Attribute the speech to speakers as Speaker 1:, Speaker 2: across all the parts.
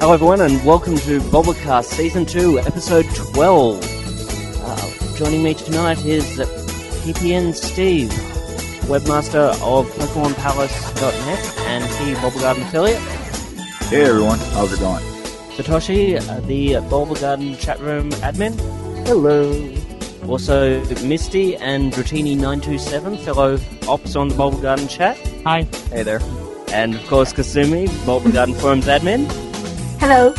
Speaker 1: Hello, everyone, and welcome to Bobblecast Season 2, Episode 12. Uh, joining me tonight is PPN Steve, webmaster of PokemonPalace.net and the Bobble Garden affiliate.
Speaker 2: Hey everyone, how's it going?
Speaker 1: Satoshi, uh, the Bobble Garden chat room admin.
Speaker 3: Hello.
Speaker 1: Also, Misty and Dratini927, fellow ops on the Bobble Garden chat.
Speaker 4: Hi.
Speaker 2: Hey there.
Speaker 1: And, of course, Kasumi, Bobble Garden forums admin.
Speaker 5: Hello.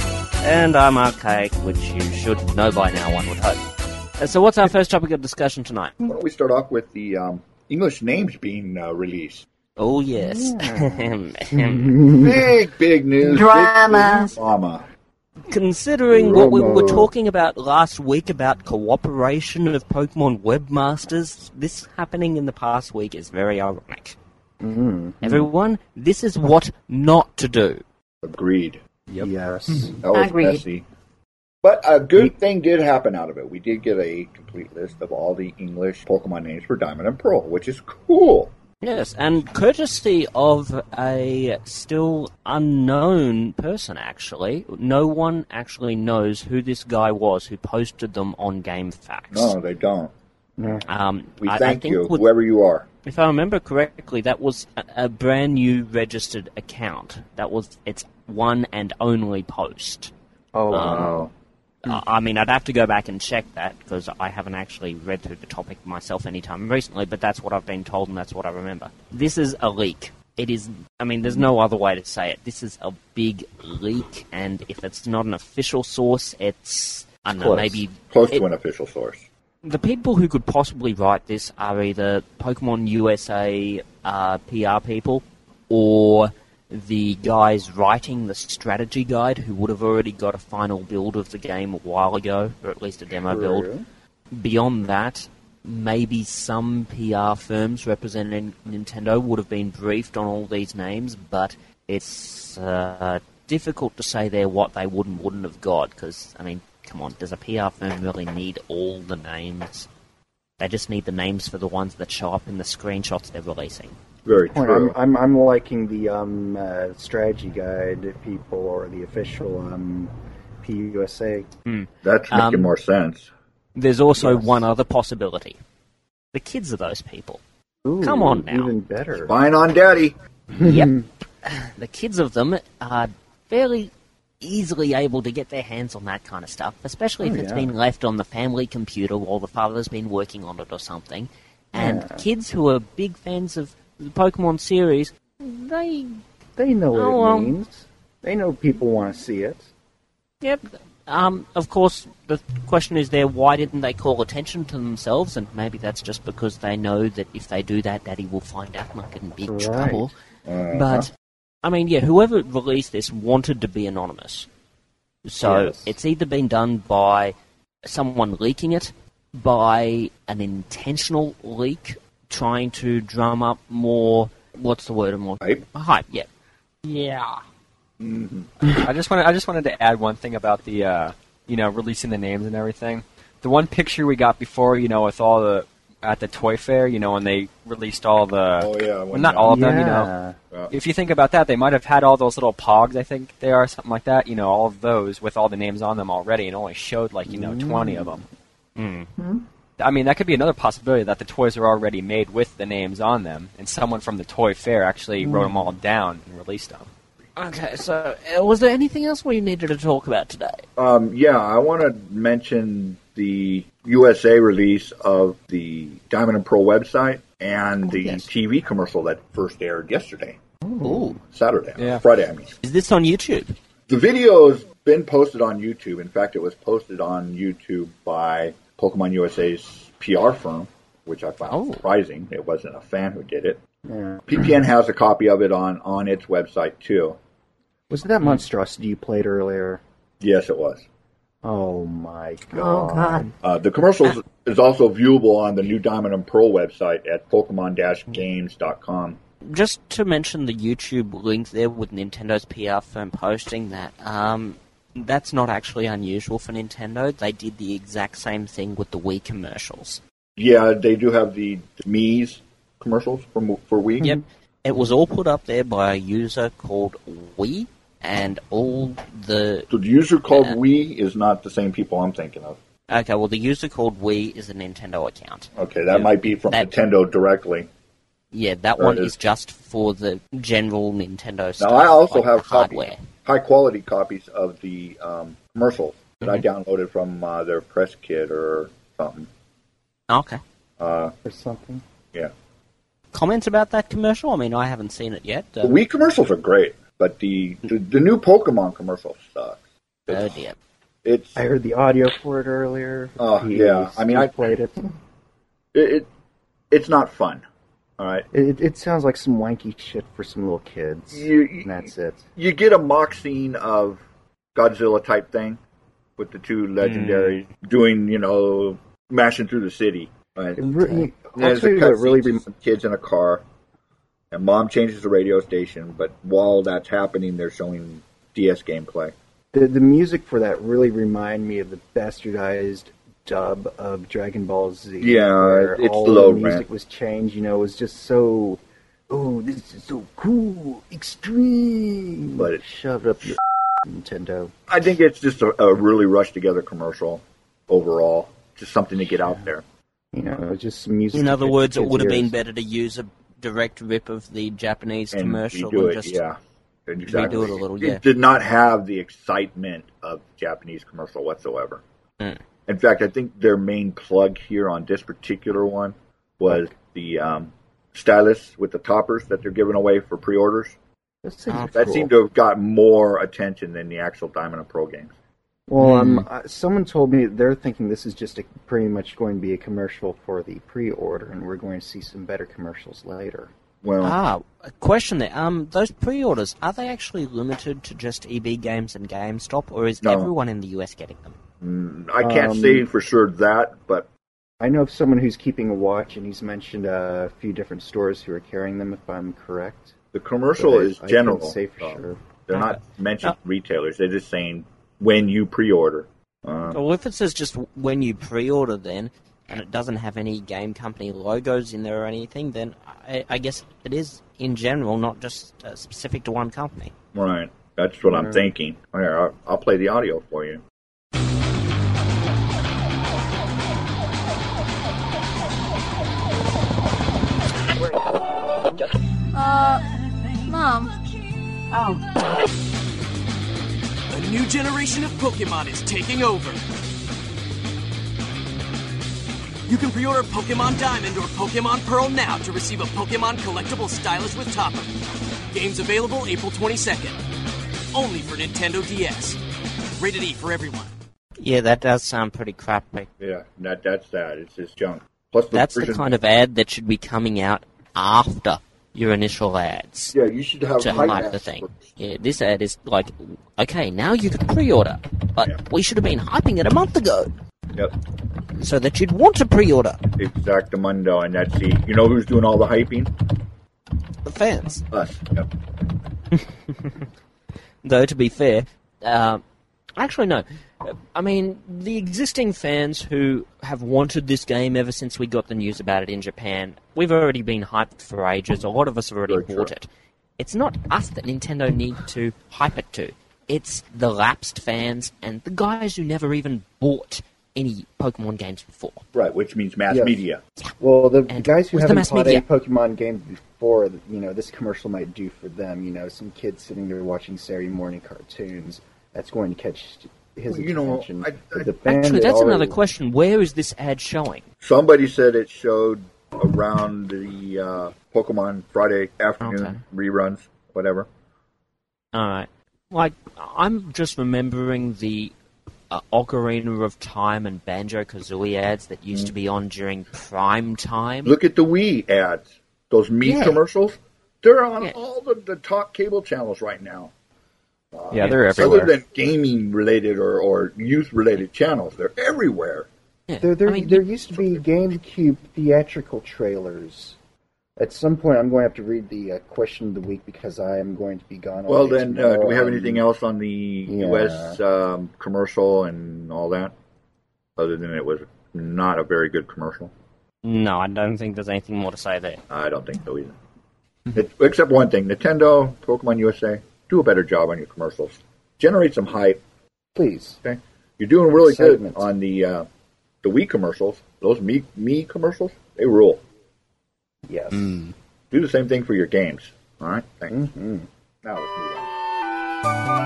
Speaker 1: And I'm Archaic, which you should know by now, one would hope. Uh, So, what's our first topic of discussion tonight?
Speaker 2: Why don't we start off with the um, English names being uh, released?
Speaker 1: Oh, yes.
Speaker 6: Hmm.
Speaker 2: Big, big news. big
Speaker 5: Drama.
Speaker 2: news, drama.
Speaker 1: Considering what we were talking about last week about cooperation of Pokemon webmasters, this happening in the past week is very ironic.
Speaker 7: Hmm.
Speaker 1: Everyone, this is what not to do.
Speaker 2: Agreed.
Speaker 3: Yes.
Speaker 2: That was
Speaker 5: Agreed.
Speaker 2: messy. But a
Speaker 1: Mm.
Speaker 2: good thing did happen out of it. We did get a complete list of all the English Pokemon names for Diamond and Pearl, which is cool.
Speaker 1: Yes, and courtesy of a still unknown person, actually, no one actually knows who this guy was who posted them on Game Facts.
Speaker 2: No, they don't.
Speaker 1: um,
Speaker 2: We
Speaker 1: I, I
Speaker 2: thank
Speaker 1: think
Speaker 2: you,
Speaker 1: with-
Speaker 2: whoever you are.
Speaker 1: if I remember correctly, that was a, a brand new registered account. That was its one and only post.
Speaker 3: Oh wow.
Speaker 1: Uh, I mean, I'd have to go back and check that because I haven't actually read through the topic myself anytime recently, but that's what I've been told and that's what I remember. This is a leak. It is, I mean, there's no other way to say it. This is a big leak, and if it's not an official source, it's, I don't know,
Speaker 3: Close.
Speaker 1: maybe.
Speaker 2: Close
Speaker 1: it-
Speaker 2: to an official source.
Speaker 1: the people who could possibly write this are either Pokemon USA uh, PR people or the guys writing the strategy guide who would have already got a final build of the game a while ago, or at least a demo build. Beyond that, maybe some PR firms representing Nintendo would have been briefed on all these names, but it's uh, difficult to say there what they would and wouldn't have got because, I mean, come on, does a PR firm really need all the names? They just need the names for the ones that show up in the screenshots they're releasing.
Speaker 2: Very
Speaker 3: Point.
Speaker 2: true.
Speaker 3: I'm, I'm I'm liking the um uh, strategy guide people or the official um PUSA.
Speaker 2: That's making
Speaker 1: um,
Speaker 2: more sense.
Speaker 1: There's also
Speaker 3: Yes.
Speaker 1: one other possibility. The kids are those people.
Speaker 3: Ooh,
Speaker 1: Come on now.
Speaker 3: Even better. Hmm.
Speaker 2: Fine on Daddy.
Speaker 1: yep. The kids of them are fairly easily able to get their hands on that kind of stuff, especially if
Speaker 3: Oh,
Speaker 1: it's
Speaker 3: yeah.
Speaker 1: been left on the family computer while the father's been working on it or something. And kids who are big fans of the Pokemon series, they,
Speaker 3: They know what
Speaker 1: Oh,
Speaker 3: it
Speaker 1: well.
Speaker 3: means. They know people want to see it.
Speaker 1: yep. Um, of course, the question is there why didn't they call attention to themselves? And maybe that's just because they know that if they do that, Daddy will find out and get in big
Speaker 3: Right. Uh-huh.
Speaker 1: trouble.
Speaker 2: Uh,
Speaker 1: But I mean, yeah, whoever released this wanted to be anonymous. So
Speaker 3: Yes.
Speaker 1: it's either been done by someone leaking it, by an intentional leak, trying to drum up more. What's the word? More
Speaker 2: Hype?
Speaker 1: Hype. Yeah.
Speaker 4: Yeah.
Speaker 7: I just wanted I just wanted to add one thing about the uh, you know releasing the names and everything. The one picture we got before, you know, with all the at the toy fair, you know, when they released all the
Speaker 2: Oh, yeah,
Speaker 7: well,
Speaker 2: when
Speaker 7: not
Speaker 2: the-
Speaker 7: all of
Speaker 3: yeah.
Speaker 7: them, you know. If you think about that, they might have had all those little pogs, I think they are something like that, you know, all of those with all the names on them already, and only showed like you know twenty of them. I mean, that could be another possibility that the toys are already made with the names on them, and someone from the toy fair actually wrote them all down and released them.
Speaker 1: Okay. So uh, was there anything else we needed to talk about today?
Speaker 2: Um, yeah, I want to mention the USA release of the Diamond and Pearl website and the
Speaker 1: Oh, yes.
Speaker 2: TV commercial that first aired yesterday,
Speaker 1: Ooh.
Speaker 2: Saturday,
Speaker 7: Yeah.
Speaker 2: Friday. I mean,
Speaker 1: Is this on YouTube?
Speaker 2: the video's been posted on YouTube. In fact, it was posted on YouTube by Pokemon USA's PR firm, which I found
Speaker 1: Oh.
Speaker 2: surprising. It wasn't a fan who did it.
Speaker 3: Yeah.
Speaker 2: PPN has a copy of it on on its website too.
Speaker 3: Was it that monstrosity you played earlier?
Speaker 2: Yes, it was.
Speaker 3: Oh my god.
Speaker 5: Oh God.
Speaker 2: Uh, the commercials is also viewable on the new Diamond and Pearl website at pokemon-games.com.
Speaker 1: just to mention the YouTube link there with Nintendo's PR firm posting that, um, that's not actually unusual for Nintendo. They did the exact same thing with the Wii commercials.
Speaker 2: Yeah, they do have the, the Mii's commercials for, mo- for Wii.
Speaker 1: Yep. It was all put up there by a user called Wii, and all the
Speaker 2: So the user called
Speaker 1: Yeah.
Speaker 2: we is not the same people I'm thinking of.
Speaker 1: okay. Well, the user called Wii is a Nintendo account.
Speaker 2: Okay, that
Speaker 7: Yeah.
Speaker 2: might be from
Speaker 1: That-
Speaker 2: Nintendo directly.
Speaker 1: Yeah, that
Speaker 2: There
Speaker 1: one
Speaker 2: it
Speaker 1: is.
Speaker 2: is.
Speaker 1: just for the general Nintendo
Speaker 2: Now
Speaker 1: stuff.
Speaker 2: I also
Speaker 1: like
Speaker 2: have
Speaker 1: the hardware.
Speaker 2: copies, high quality copies of the um, commercials that
Speaker 1: Mm-hmm.
Speaker 2: I downloaded from uh, their press kit or something.
Speaker 1: Okay.
Speaker 2: Uh,
Speaker 3: or something.
Speaker 2: yeah,
Speaker 1: Comments about that commercial? I mean, I haven't seen it yet. uh,
Speaker 2: the Wii commercials are great, but the the, the new Pokemon commercial sucks.
Speaker 1: oh dear.
Speaker 2: It's
Speaker 3: I heard the audio for it earlier.
Speaker 2: Oh,
Speaker 3: He-
Speaker 2: yeah. I mean,
Speaker 3: he
Speaker 2: I-
Speaker 3: played it.
Speaker 2: it, it it's not fun. All right,
Speaker 3: it. It sounds like some wanky shit for some little kids.
Speaker 2: you you,
Speaker 3: and that's it.
Speaker 2: you get a mock scene of Godzilla type thing with the two legendaries doing you know mashing through the city. All right.
Speaker 3: It re- I'll
Speaker 2: There's
Speaker 3: tell
Speaker 2: a
Speaker 3: you what really
Speaker 2: really
Speaker 3: rem-
Speaker 2: kids in a car, and mom changes the radio station. But while that's happening, they're showing DS gameplay.
Speaker 3: the the music for that really remind me of the bastardized dub of Dragon Ball Z.
Speaker 2: Yeah,
Speaker 3: where
Speaker 2: it's
Speaker 3: all
Speaker 2: low
Speaker 3: the music
Speaker 2: rent.
Speaker 3: was changed. You know, it was just so. Oh, this is so cool, extreme.
Speaker 2: But it-
Speaker 3: shove it up your Nintendo.
Speaker 2: I think it's just a, a really rushed together commercial overall, just something to get out there.
Speaker 3: You know, it was just some music.
Speaker 1: In
Speaker 3: to
Speaker 1: other
Speaker 3: fit
Speaker 1: words, it
Speaker 3: kids'
Speaker 1: would have been
Speaker 3: ears.
Speaker 1: better to use a direct rip of the Japanese
Speaker 2: And
Speaker 1: commercial
Speaker 2: redo
Speaker 1: and
Speaker 2: it,
Speaker 1: just
Speaker 2: yeah. And Exactly.
Speaker 1: redo it a little, yeah.
Speaker 2: It did not have the excitement of Japanese commercial whatsoever.
Speaker 1: Mm.
Speaker 2: In fact, I think their main plug here on this particular one was the um, stylus with the toppers that they're giving away for pre-orders.
Speaker 3: Those things
Speaker 1: Oh,
Speaker 3: are
Speaker 2: That
Speaker 3: cool.
Speaker 2: seemed to have got more attention than the actual Diamond and Pro games.
Speaker 3: Well,
Speaker 2: Hmm.
Speaker 3: um, uh, someone told me they're thinking this is just a, pretty much going to be a commercial for the pre-order, and we're going to see some better commercials later.
Speaker 2: Well,
Speaker 1: Ah, a question there. Um, those pre-orders are they actually limited to just EB Games and GameStop, or is
Speaker 2: No.
Speaker 1: everyone in the US getting them?
Speaker 2: mm, I can't
Speaker 3: um,
Speaker 2: say for sure that, but
Speaker 3: I know of someone who's keeping a watch, and he's mentioned uh, a few different stores who are carrying them, if I'm correct.
Speaker 2: the commercial
Speaker 3: But I-
Speaker 2: is
Speaker 3: I couldn't
Speaker 2: general.
Speaker 3: say for
Speaker 2: so
Speaker 3: sure.
Speaker 2: They're
Speaker 1: Uh,
Speaker 2: not mentioning retailers. They're just saying when you pre-order. Uh,
Speaker 1: Well, if it says just when you pre-order, then and it doesn't have any game company logos in there or anything, then I, I guess it is in general, not just uh, specific to one company.
Speaker 2: right. That's what I'm thinking. Here, I'll, I'll play the audio for you.
Speaker 4: Uh, mom.
Speaker 5: A new generation of Pokemon is taking over. You can pre-order Pokemon Diamond or Pokemon Pearl now to receive a Pokemon collectible stylus with topper. Games available April 22nd. Only for Nintendo DS. Rated E for everyone.
Speaker 1: Yeah, that does sound pretty crappy.
Speaker 2: Yeah, that that's that. It's just junk. Plus, the
Speaker 1: That's the
Speaker 2: version-
Speaker 1: kind of ad that should be coming out after your initial ads.
Speaker 2: Yeah, you should have
Speaker 1: to
Speaker 2: high
Speaker 1: hype the
Speaker 2: ads
Speaker 1: thing.
Speaker 2: first.
Speaker 1: Yeah, this ad is like, okay, now you can pre-order, but
Speaker 2: Yeah.
Speaker 1: we should have been hyping it a month ago
Speaker 2: Yep,
Speaker 1: so that you'd want to pre-order.
Speaker 2: exactamundo, and that's the. You know who's doing all the hyping?
Speaker 1: The fans,
Speaker 2: Us. Yep.
Speaker 1: though, to be fair, uh, actually no. Uh, I mean, the existing fans who have wanted this game ever since we got the news about it in Japan, we've already been hyped for ages. A lot of us have already
Speaker 2: Very true.
Speaker 1: bought it. It's not us that Nintendo need to hype it to. It's the lapsed fans and the guys who never even bought any Pokemon games before.
Speaker 2: Right, which means mass
Speaker 3: Yes.
Speaker 2: media.
Speaker 3: Well, the
Speaker 1: And
Speaker 3: guys who
Speaker 1: with the
Speaker 3: haven't
Speaker 1: mass
Speaker 3: bought
Speaker 1: media.
Speaker 3: any Pokemon game before, you know, this commercial might do for them. You know, some kid sitting there watching Saturday morning cartoons. That's going to catch his
Speaker 2: Well, you know,
Speaker 3: attention.
Speaker 2: I-
Speaker 3: But
Speaker 2: I-
Speaker 3: the band
Speaker 1: Actually,
Speaker 3: that
Speaker 1: that's
Speaker 3: already-
Speaker 1: another question. Where is this ad showing?
Speaker 2: Somebody said it showed around the uh, Pokemon Friday afternoon
Speaker 1: Okay.
Speaker 2: reruns, whatever.
Speaker 1: All right. Uh, Like, I'm just remembering the uh, Ocarina of Time and Banjo Kazooie ads that used to be on during prime time.
Speaker 2: Look at the Wii ads, those me
Speaker 1: Yeah.
Speaker 2: commercials. They're on
Speaker 1: Yeah.
Speaker 2: all the, the top cable channels right now.
Speaker 7: Yeah, they're
Speaker 2: Other
Speaker 7: everywhere.
Speaker 2: than gaming related or, or youth related channels, they're everywhere.
Speaker 1: Yeah.
Speaker 3: There, there,
Speaker 1: I mean,
Speaker 3: there used to be GameCube theatrical trailers. At some point, I'm going to have to read the uh, question of the week because I am going to be gone. All
Speaker 2: Well,
Speaker 3: day
Speaker 2: then, uh, do we have
Speaker 3: tomorrow.
Speaker 2: anything else on the U.S. Um, commercial and all that? Other than it was not a very good commercial.
Speaker 1: No, I don't think there's anything more to say there.
Speaker 2: Mm-hmm. I don't think so either. It, except one thing Nintendo, Pokemon USA, do a better job on your commercials. Generate some hype.
Speaker 3: Please.
Speaker 2: Okay, you're doing really
Speaker 3: Segments.
Speaker 2: good on the uh, the Wii commercials. Those me me commercials, they rule.
Speaker 3: Yes.
Speaker 2: Mm. Do the same thing for your games. All right, thanks.
Speaker 3: Mm-hmm.
Speaker 2: Now let's move on.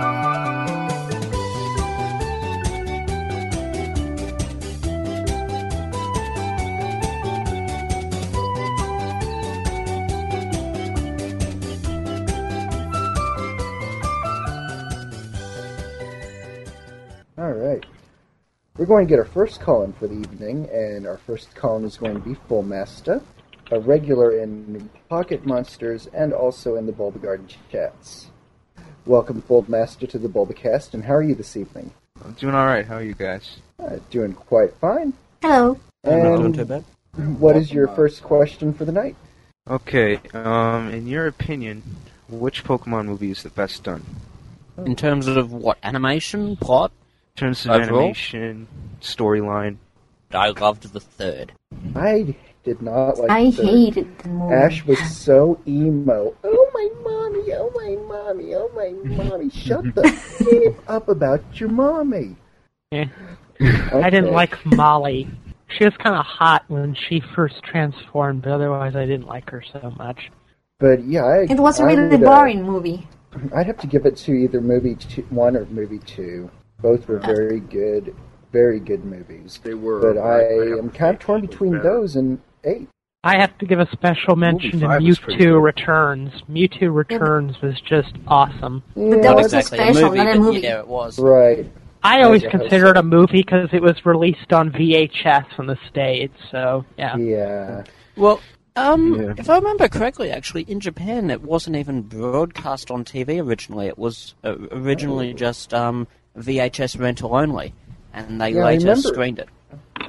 Speaker 3: All right. We're going to get our first call in for the evening, and our first call is going to be Full Master, a regular in Pocket Monsters and also in the Bulba Garden chats. Welcome, Full Master, to the Bulbacast, and how are you this evening?
Speaker 8: I'm doing all right. How are you guys?
Speaker 3: Uh, doing quite fine.
Speaker 6: Hello.
Speaker 3: And
Speaker 9: bad.
Speaker 3: what is your first question for the night?
Speaker 8: Okay. Um, in your opinion, which Pokemon movie is the best done
Speaker 1: In terms of what animation plot,
Speaker 8: in terms of
Speaker 1: Overall?
Speaker 8: animation, storyline?
Speaker 1: I loved the third.
Speaker 3: I did not like
Speaker 6: I
Speaker 3: the-
Speaker 6: hated the movie.
Speaker 3: Ash was so emo. Oh my mommy, oh my mommy, oh my mommy. Shut
Speaker 2: Mm-hmm.
Speaker 3: the f- up about your mommy.
Speaker 10: Yeah.
Speaker 3: Okay.
Speaker 10: Eh. I didn't like Molly. She was kind of hot when she first transformed, but otherwise I didn't like her so much.
Speaker 3: But yeah, I,
Speaker 6: It was a
Speaker 3: I
Speaker 6: really
Speaker 3: would, uh,
Speaker 6: boring movie.
Speaker 3: I'd have to give it to either movie two, one or movie two. Both
Speaker 6: Uh.
Speaker 3: were very good, very good movies.
Speaker 2: They were,
Speaker 3: But
Speaker 2: I- I
Speaker 3: I
Speaker 2: have
Speaker 3: am
Speaker 2: to
Speaker 3: kind
Speaker 2: say
Speaker 3: of torn
Speaker 2: it was
Speaker 3: between
Speaker 2: better.
Speaker 3: those and eight.
Speaker 10: I have to give a special mention to
Speaker 8: five was pretty
Speaker 10: Mewtwo Returns. Mewtwo Returns was just awesome.
Speaker 6: But
Speaker 3: Yeah,
Speaker 6: that was a special, not a movie.
Speaker 1: yeah, it was.
Speaker 3: right.
Speaker 10: I always
Speaker 3: yeah,
Speaker 10: consider it a movie because it was released on VHS on the States, so yeah.
Speaker 3: Yeah.
Speaker 1: Well, um,
Speaker 8: Yeah.
Speaker 1: if I remember correctly, actually, in Japan, it wasn't even broadcast on TV originally. It was uh, originally
Speaker 8: Oh.
Speaker 1: just um, VHS rental only, and they
Speaker 3: Yeah, I
Speaker 1: later
Speaker 3: remember.
Speaker 1: streamed it.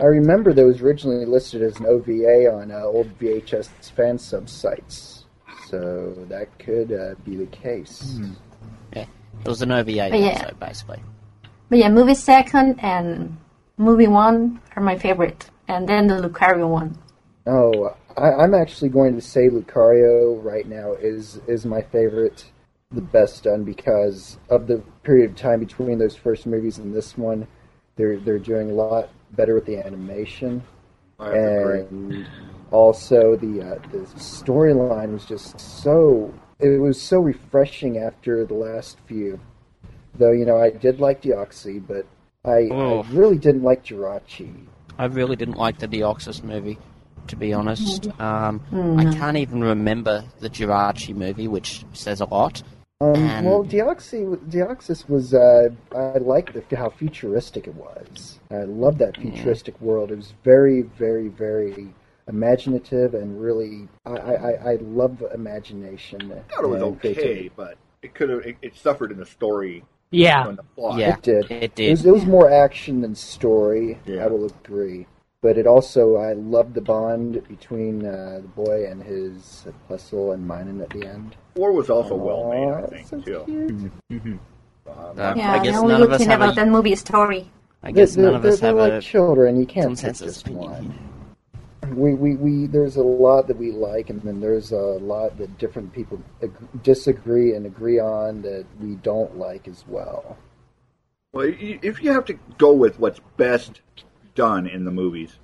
Speaker 3: I remember that was originally listed as an OVA on uh, old VHS fan sub sites. So that could uh, be the case.
Speaker 1: It was an OVA
Speaker 6: yeah.
Speaker 1: episode, basically.
Speaker 6: But yeah, movie second and movie one are my favorite. And then the Lucario one.
Speaker 3: Oh, I, I'm actually going to say Lucario right now is is my favorite, the best done because of the period of time between those first movies and this one. They're they're doing a lot better with the animation,
Speaker 2: I have to agree.
Speaker 3: and also the uh, the storyline was just so it was so refreshing after the last few. Though you know I did like Deoxy, but I, I
Speaker 8: Oh.
Speaker 3: really didn't like Jirachi.
Speaker 1: I really didn't like the Deoxys movie, to be honest. Um, I can't even remember the Jirachi movie, which says a lot.
Speaker 3: Um,
Speaker 1: And-
Speaker 3: well, Deoxy, Deoxys was. Uh, I liked the, how futuristic it was. I loved that futuristic world. It was very, very, very imaginative and really. I, I, I- I love imagination.
Speaker 2: I thought it was
Speaker 3: and
Speaker 2: okay,
Speaker 3: creativity.
Speaker 2: but it could have. It, it suffered in the story.
Speaker 10: Yeah.
Speaker 2: and the plot.
Speaker 1: Yeah,
Speaker 3: It did.
Speaker 1: It
Speaker 3: It was,
Speaker 1: did.
Speaker 3: it was more action than story.
Speaker 2: Yeah.
Speaker 3: I will agree. But it also, I loved the bond between uh, the boy and his uh, Plessel and Minun at the end.
Speaker 2: Four was also well made, I
Speaker 3: Aw,
Speaker 2: think,
Speaker 3: so
Speaker 2: too. Um,
Speaker 3: cute.
Speaker 2: Mm-hmm.
Speaker 1: Uh,
Speaker 6: Yeah,
Speaker 1: I
Speaker 6: the
Speaker 1: guess
Speaker 6: only
Speaker 1: none of
Speaker 6: good
Speaker 1: us
Speaker 6: thing
Speaker 1: have
Speaker 6: about
Speaker 1: a,
Speaker 6: that movie is story.
Speaker 1: I guess
Speaker 3: They're-
Speaker 1: none of
Speaker 3: they're-
Speaker 1: us
Speaker 3: they're
Speaker 1: have
Speaker 3: like
Speaker 1: a
Speaker 3: children. You can't pick
Speaker 1: consensus
Speaker 3: just
Speaker 1: opinion.
Speaker 3: one. We, we, we there's a lot that we like, and then there's a lot that different people ag- disagree and agree on that we don't like as well.
Speaker 2: Well, y- if you have to go with what's best done in the movies,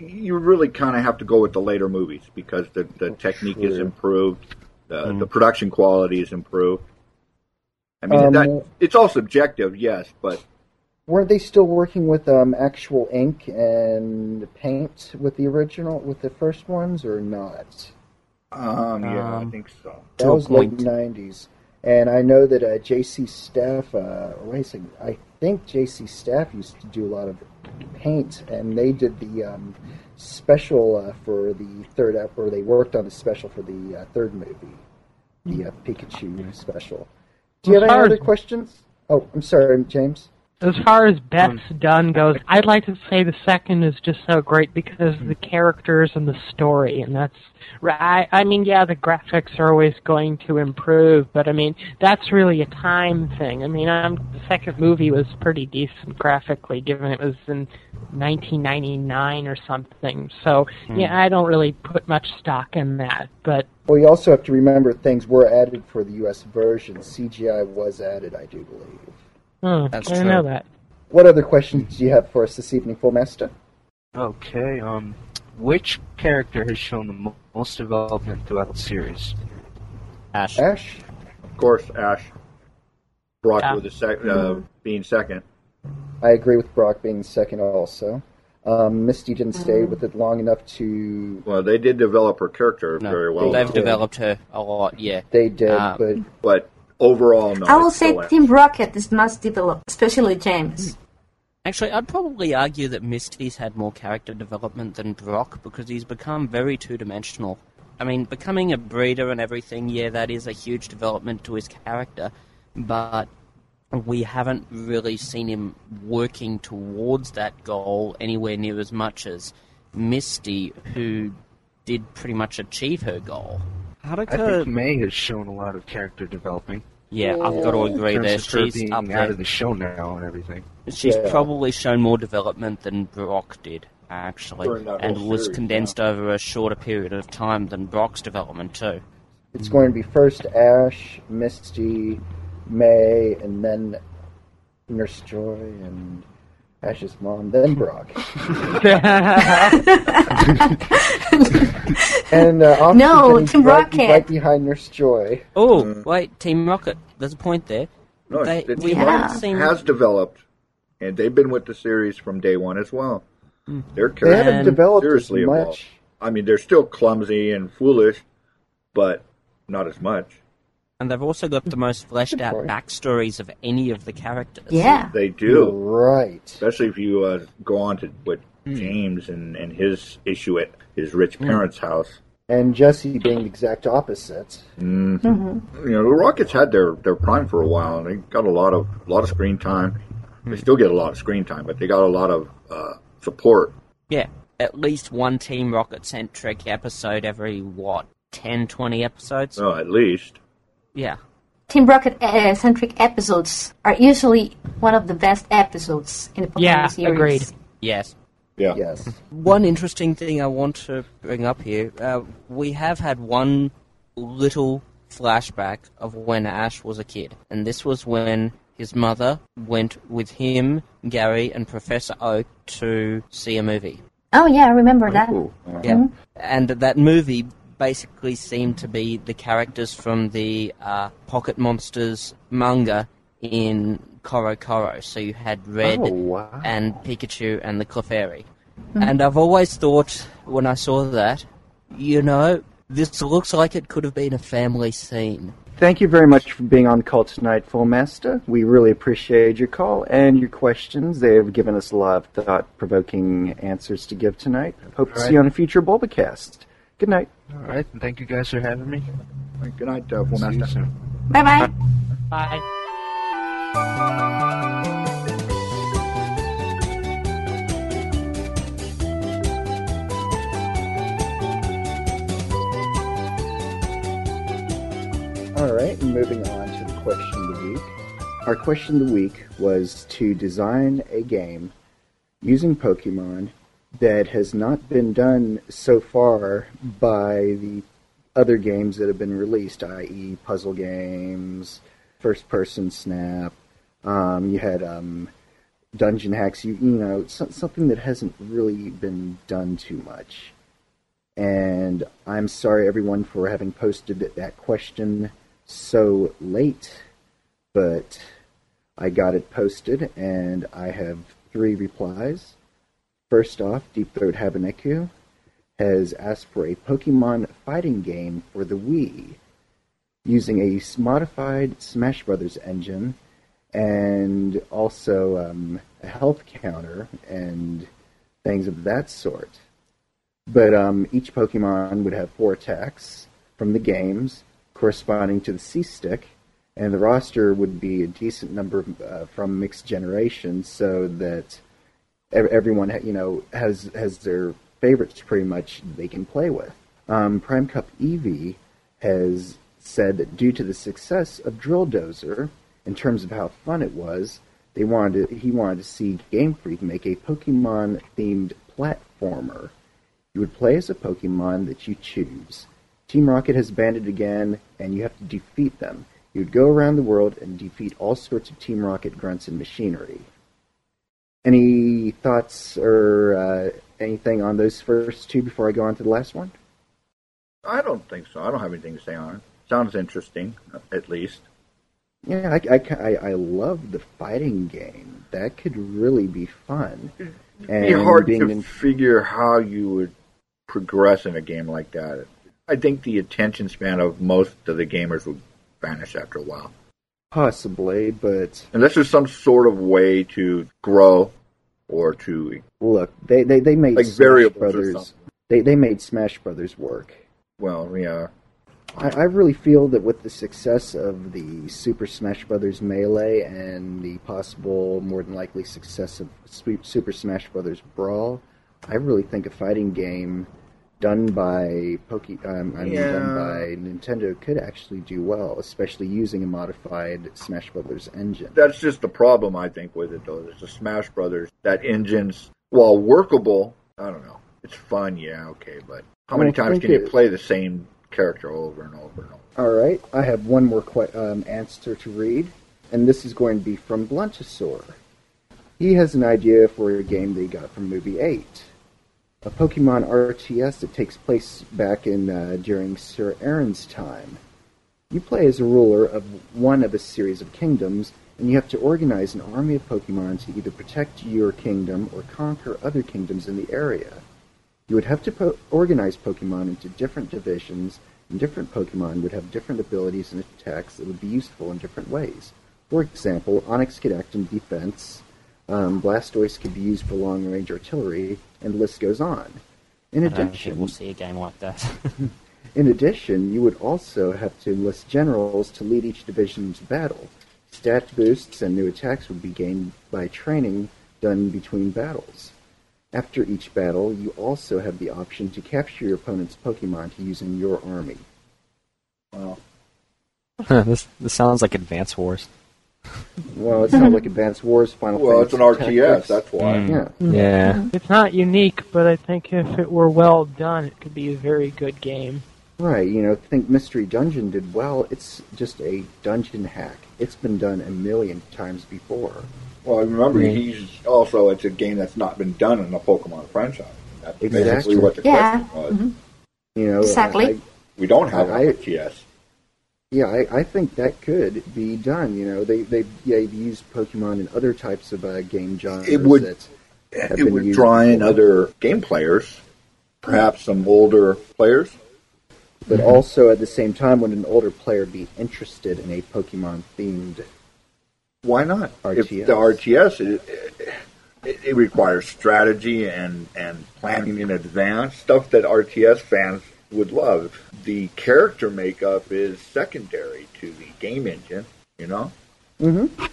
Speaker 2: you really kind of have to go with the later movies because the,
Speaker 3: Oh,
Speaker 2: the technique is
Speaker 3: True.
Speaker 2: improved, the,
Speaker 3: Mm-hmm.
Speaker 2: the production quality is improved. I mean,
Speaker 3: Um,
Speaker 2: that, it's all subjective, yes, but
Speaker 3: Weren't they still working with um, actual ink and paint with the original, with the first ones, or not?
Speaker 2: um, yeah, I think so.
Speaker 3: That was late '90s, and I know that uh, J.C. Staff, uh, wait a second, I think J.C. Staff used to do a lot of paint, and they did the um, special uh, for the third ep, or they worked on the special for the uh, third movie, the uh, Pikachu special. Do you have any
Speaker 10: Hard.
Speaker 3: other questions? Oh, I'm sorry, James.
Speaker 10: As far as Beth's
Speaker 8: Mm.
Speaker 10: done goes, I'd like to say the second is just so great because of the
Speaker 8: Mm.
Speaker 10: characters and the story, and that's right. I mean, yeah, the graphics are always going to improve, but I mean, that's really a time thing. I mean, um, the second movie was pretty decent graphically, given it was in 1999 or something. So
Speaker 8: Mm.
Speaker 10: yeah, I don't really put much stock in that, but
Speaker 3: Well, you also have to remember things were added for the U.S. version. CGI was added, I do believe.
Speaker 10: hmm,
Speaker 8: That's
Speaker 10: I don't
Speaker 8: true.
Speaker 10: know that.
Speaker 3: What other questions do you have for us this evening, Full Master?
Speaker 8: Okay, um, which character has shown the mo- most development throughout the series?
Speaker 1: Ash.
Speaker 3: Ash?
Speaker 2: Of course, Ash. Brock
Speaker 10: Yeah.
Speaker 1: Ah.
Speaker 2: with a sec-
Speaker 3: Mm-hmm.
Speaker 2: uh, being second.
Speaker 3: I agree with Brock being second also. Um, Misty didn't stay with it long enough to.
Speaker 2: Well, Uh, they did develop her character very well,
Speaker 3: They-
Speaker 1: They've developed her a lot, yeah.
Speaker 3: They did,
Speaker 1: Ah.
Speaker 3: but
Speaker 2: but overall, no.
Speaker 6: I will
Speaker 2: it's
Speaker 6: say
Speaker 2: still Ash.
Speaker 6: Team Rocket is most developed, especially James.
Speaker 1: Actually, I'd probably argue that Misty's had more character development than Brock because he's become very two dimensional. I mean, becoming a breeder and everything, yeah, that is a huge development to his character, but we haven't really seen him working towards that goal anywhere near as much as Misty, who did pretty much achieve her goal.
Speaker 8: I think May has shown a lot of character developing.
Speaker 1: Yeah, I've got to
Speaker 8: In
Speaker 1: agree
Speaker 8: terms
Speaker 1: there.
Speaker 8: of her
Speaker 1: She's
Speaker 8: being
Speaker 1: up
Speaker 8: out
Speaker 1: there.
Speaker 8: of the show now and everything.
Speaker 1: She's
Speaker 3: Yeah.
Speaker 1: probably shown more development than Brock did, actually,
Speaker 2: During that
Speaker 1: and
Speaker 2: whole
Speaker 1: was
Speaker 2: series,
Speaker 1: condensed over a shorter period of time than Brock's development too.
Speaker 3: it's going to be first Ash, Misty, May, and then Nurse Joy and Ash's mom, then Brock. and uh, Officer
Speaker 6: No,
Speaker 3: Jennings
Speaker 6: Team
Speaker 3: right,
Speaker 6: Rocket.
Speaker 3: right behind Nurse Joy.
Speaker 1: Oh, wait, Team Rocket. There's a point there.
Speaker 2: No,
Speaker 1: They-
Speaker 2: it's-
Speaker 1: we
Speaker 2: it's-
Speaker 1: haven't seen.
Speaker 2: has developed, and they've been with the series from day one as well.
Speaker 1: Hmm.
Speaker 2: Their
Speaker 3: They haven't
Speaker 1: And
Speaker 2: characters
Speaker 3: developed as
Speaker 2: seriously
Speaker 3: much.
Speaker 2: evolved. I mean, they're still clumsy and foolish, but not as much.
Speaker 1: And they've also got the most fleshed out
Speaker 3: point.
Speaker 1: backstories of any of the characters.
Speaker 6: Yeah.
Speaker 2: They do,
Speaker 3: Right.
Speaker 2: especially if you uh, go on to with
Speaker 1: Hmm.
Speaker 2: James and, and his issue at his rich parents' house.
Speaker 3: And Jesse being the exact opposite.
Speaker 2: Mm. You know, the Rockets had their, their prime for a while, and they got a lot of a lot of screen time.
Speaker 1: Hmm.
Speaker 2: They still get a lot of screen time, but they got a lot of uh, support.
Speaker 1: Yeah. At least one Team Rocket centric episode every, what, 10, 20 episodes?
Speaker 2: Well, at least
Speaker 1: Yeah.
Speaker 6: Team Rocket uh, centric episodes are usually one of the best episodes in the Pokemon
Speaker 3: Ah,
Speaker 10: Yeah,
Speaker 6: series.
Speaker 10: agreed.
Speaker 1: Yes.
Speaker 2: yeah.
Speaker 3: Yes.
Speaker 1: One interesting thing I want to bring up here uh, we have had one little flashback of when Ash was a kid, and this was when his mother went with him, Gary, and Professor Oak to see a movie.
Speaker 6: Oh yeah, I remember that.
Speaker 2: Cool. Uh,
Speaker 1: Yeah. And that movie basically seemed to be the characters from the uh, Pocket Monsters manga in Koro Koro. So you had Red
Speaker 8: Oh, wow.
Speaker 1: and Pikachu and the Clefairy. And I've always thought when I saw that, you know, this looks like it could have been a family scene.
Speaker 3: Thank you very much for being on call tonight, Full Master. We really appreciate your call and your questions. They have given us a lot of thought provoking answers to give tonight. Hope to see you on a future Bulbacast. Good night.
Speaker 8: All right, thank you guys for having me.
Speaker 2: Good night, uh,
Speaker 8: See you
Speaker 2: Master.
Speaker 8: soon.
Speaker 6: Bye bye.
Speaker 10: Bye.
Speaker 3: All right, moving on to the question of the week. Our question of the week was to design a game using Pokemon that has not been done so far by the other games that have been released, i.e., puzzle games, first person snap. Um, you had um, dungeon hacks. You you know so, something that hasn't really been done too much. And I'm sorry, everyone, for having posted that question so late, but I got it posted, and I have three replies. First off, Deep Throat Habaneku has asked for a Pokemon fighting game for the Wii using a s- modified Smash Brothers engine and also um, a health counter and things of that sort. But um, each Pokemon would have four attacks from the games corresponding to the C stick, and the roster would be a decent number uh, from mixed generations, so that ev- everyone you know has has their favorites pretty much they can play with. Um, Prime Cup Eevee has said that due to the success of Drill Dozer, in terms of how fun it was, they wanted to, he wanted to see Game Freak make a Pokemon themed platformer. You would play as a Pokemon that you choose. Team Rocket has banded again, and you have to defeat them. You'd go around the world and defeat all sorts of Team Rocket grunts and machinery. Any thoughts or uh, anything on those first two before I go on to the last one?
Speaker 2: I don't think so. I don't have anything to say on it. Sounds interesting, at least.
Speaker 3: Yeah, I, I, I, I love the fighting game. That could really be fun.
Speaker 2: It'd be hard to figure how you would progress in a game like that. I think the attention span of most of the gamers would vanish after a while.
Speaker 3: Possibly, but
Speaker 2: Unless there's some sort of way to grow or to
Speaker 3: look, they they, they made
Speaker 2: Like
Speaker 3: Smash
Speaker 2: variables or
Speaker 3: Brothers.
Speaker 2: something.
Speaker 3: They they made Smash Brothers work.
Speaker 2: well, yeah.
Speaker 3: I, I really feel that with the success of the Super Smash Brothers Melee and the possible, more than likely, success of Su- Super Smash Brothers Brawl, I really think a fighting game done by Poke, um, I mean, done
Speaker 2: Yeah.
Speaker 3: by Nintendo could actually do well, especially using a modified Smash Brothers engine.
Speaker 2: That's just the problem I think with it though. It's the Smash Brothers. That engine's while workable, I don't know. It's fun, yeah, okay, but how
Speaker 3: Well,
Speaker 2: many
Speaker 3: I
Speaker 2: times
Speaker 3: think
Speaker 2: can you
Speaker 3: it-
Speaker 2: play the same character over and over and over?
Speaker 3: All right, I have one more que- um, answer to read, and this is going to be from Bluntosaur. He has an idea for a game that he got from Movie 8. A Pokemon RTS that takes place back in uh, during Sir Aaron's time. You play as a ruler of one of a series of kingdoms, and you have to organize an army of Pokemon to either protect your kingdom or conquer other kingdoms in the area. You would have to po- organize Pokemon into different divisions, and different Pokemon would have different abilities and attacks that would be useful in different ways. For example, Onyx could act in defense, um, Blastoise could be used for long range artillery, and the list goes on. In
Speaker 1: I don't think
Speaker 3: addition,
Speaker 1: Ah, we'll see a game like that.
Speaker 3: in addition, you would also have to enlist generals to lead each division to battle. Stat boosts and new attacks would be gained by training done between battles. After each battle, you also have the option to capture your opponent's Pokemon to use in your army.
Speaker 7: this, this sounds like Advance Wars.
Speaker 3: Well, it's not like Advanced Wars, Final
Speaker 2: Well, it's
Speaker 3: Fantasy
Speaker 2: an RTS,
Speaker 3: Tactics.
Speaker 2: that's why.
Speaker 3: Yeah.
Speaker 7: Yeah.
Speaker 10: It's not unique, but I think if it were well done, it could be a very good game.
Speaker 3: Right, you know, think Mystery Dungeon did well. It's just a dungeon hack. It's been done a million times before.
Speaker 2: Well, remember
Speaker 7: Yeah.
Speaker 2: he's also it's a game that's not been done in the Pokemon franchise. That's
Speaker 3: Exactly.
Speaker 2: basically what the
Speaker 6: Yeah.
Speaker 2: question was.
Speaker 6: Mhm.
Speaker 3: You know,
Speaker 6: Exactly.
Speaker 3: I-
Speaker 2: We don't have
Speaker 3: I-
Speaker 2: an RTS.
Speaker 3: Yeah, I, I think that could be done. You know, they they yeah, they've used Pokemon in other types of uh, game genres.
Speaker 2: It would-
Speaker 3: that, Have
Speaker 2: It
Speaker 3: been
Speaker 2: would
Speaker 3: used
Speaker 2: draw in
Speaker 3: before.
Speaker 2: other game players, perhaps some older players.
Speaker 3: but also at the same time, would an older player be interested in a Pokemon themed?
Speaker 2: Why not? If
Speaker 3: RTS.
Speaker 2: the RTS it, it, it requires strategy and and planning in advance, stuff that RTS fans would love. The character makeup is secondary to the game engine. You know,
Speaker 3: Mm-hmm.